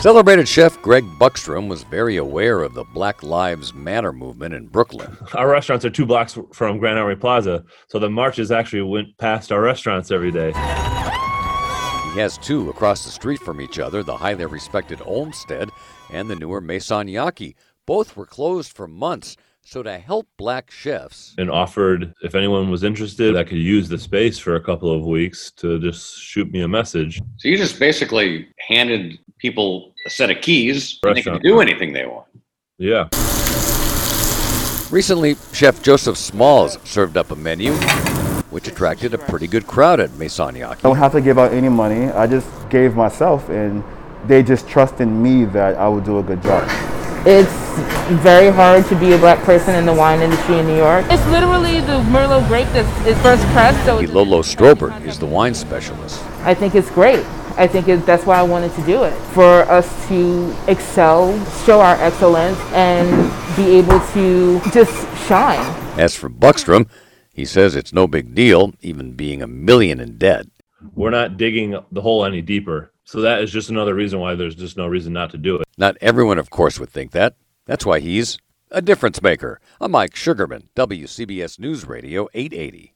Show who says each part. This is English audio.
Speaker 1: Celebrated chef Greg Buckstrom was very aware of the Black Lives Matter movement in Brooklyn.
Speaker 2: Our restaurants are two blocks from Grand Army Plaza, so the marches actually went past our restaurants every day.
Speaker 1: He has two across the street from each other the highly respected Olmsted and the newer Maison Yaki. Both were closed for months, so to help black chefs,
Speaker 2: And offered if anyone was interested, I could use the space for a couple of weeks to just shoot me a message.
Speaker 3: So you just basically handed people a set of keys and they
Speaker 2: Restaurant.
Speaker 3: can do anything they want.
Speaker 2: Yeah.
Speaker 1: Recently, Chef Joseph Smalls served up a menu which attracted a pretty good crowd at Maison
Speaker 4: I
Speaker 1: Yaki.
Speaker 4: don't have to give out any money. I just gave myself, and they just trust in me that I would do a good job.
Speaker 5: It's very hard to be a black person in the wine industry in New York. It's literally the Merlot grape that's is first pressed. So it's-
Speaker 1: Lolo Strober is the wine specialist.
Speaker 5: I think it's great. I think it, that's why I wanted to do it for us to excel, show our excellence, and be able to just shine.
Speaker 1: As for Buckstrom, he says it's no big deal, even being a million in debt.
Speaker 2: We're not digging the hole any deeper. So that is just another reason why there's just no reason not to do it.
Speaker 1: Not everyone, of course, would think that. That's why he's a difference maker. I'm Mike Sugarman, WCBS News Radio 880.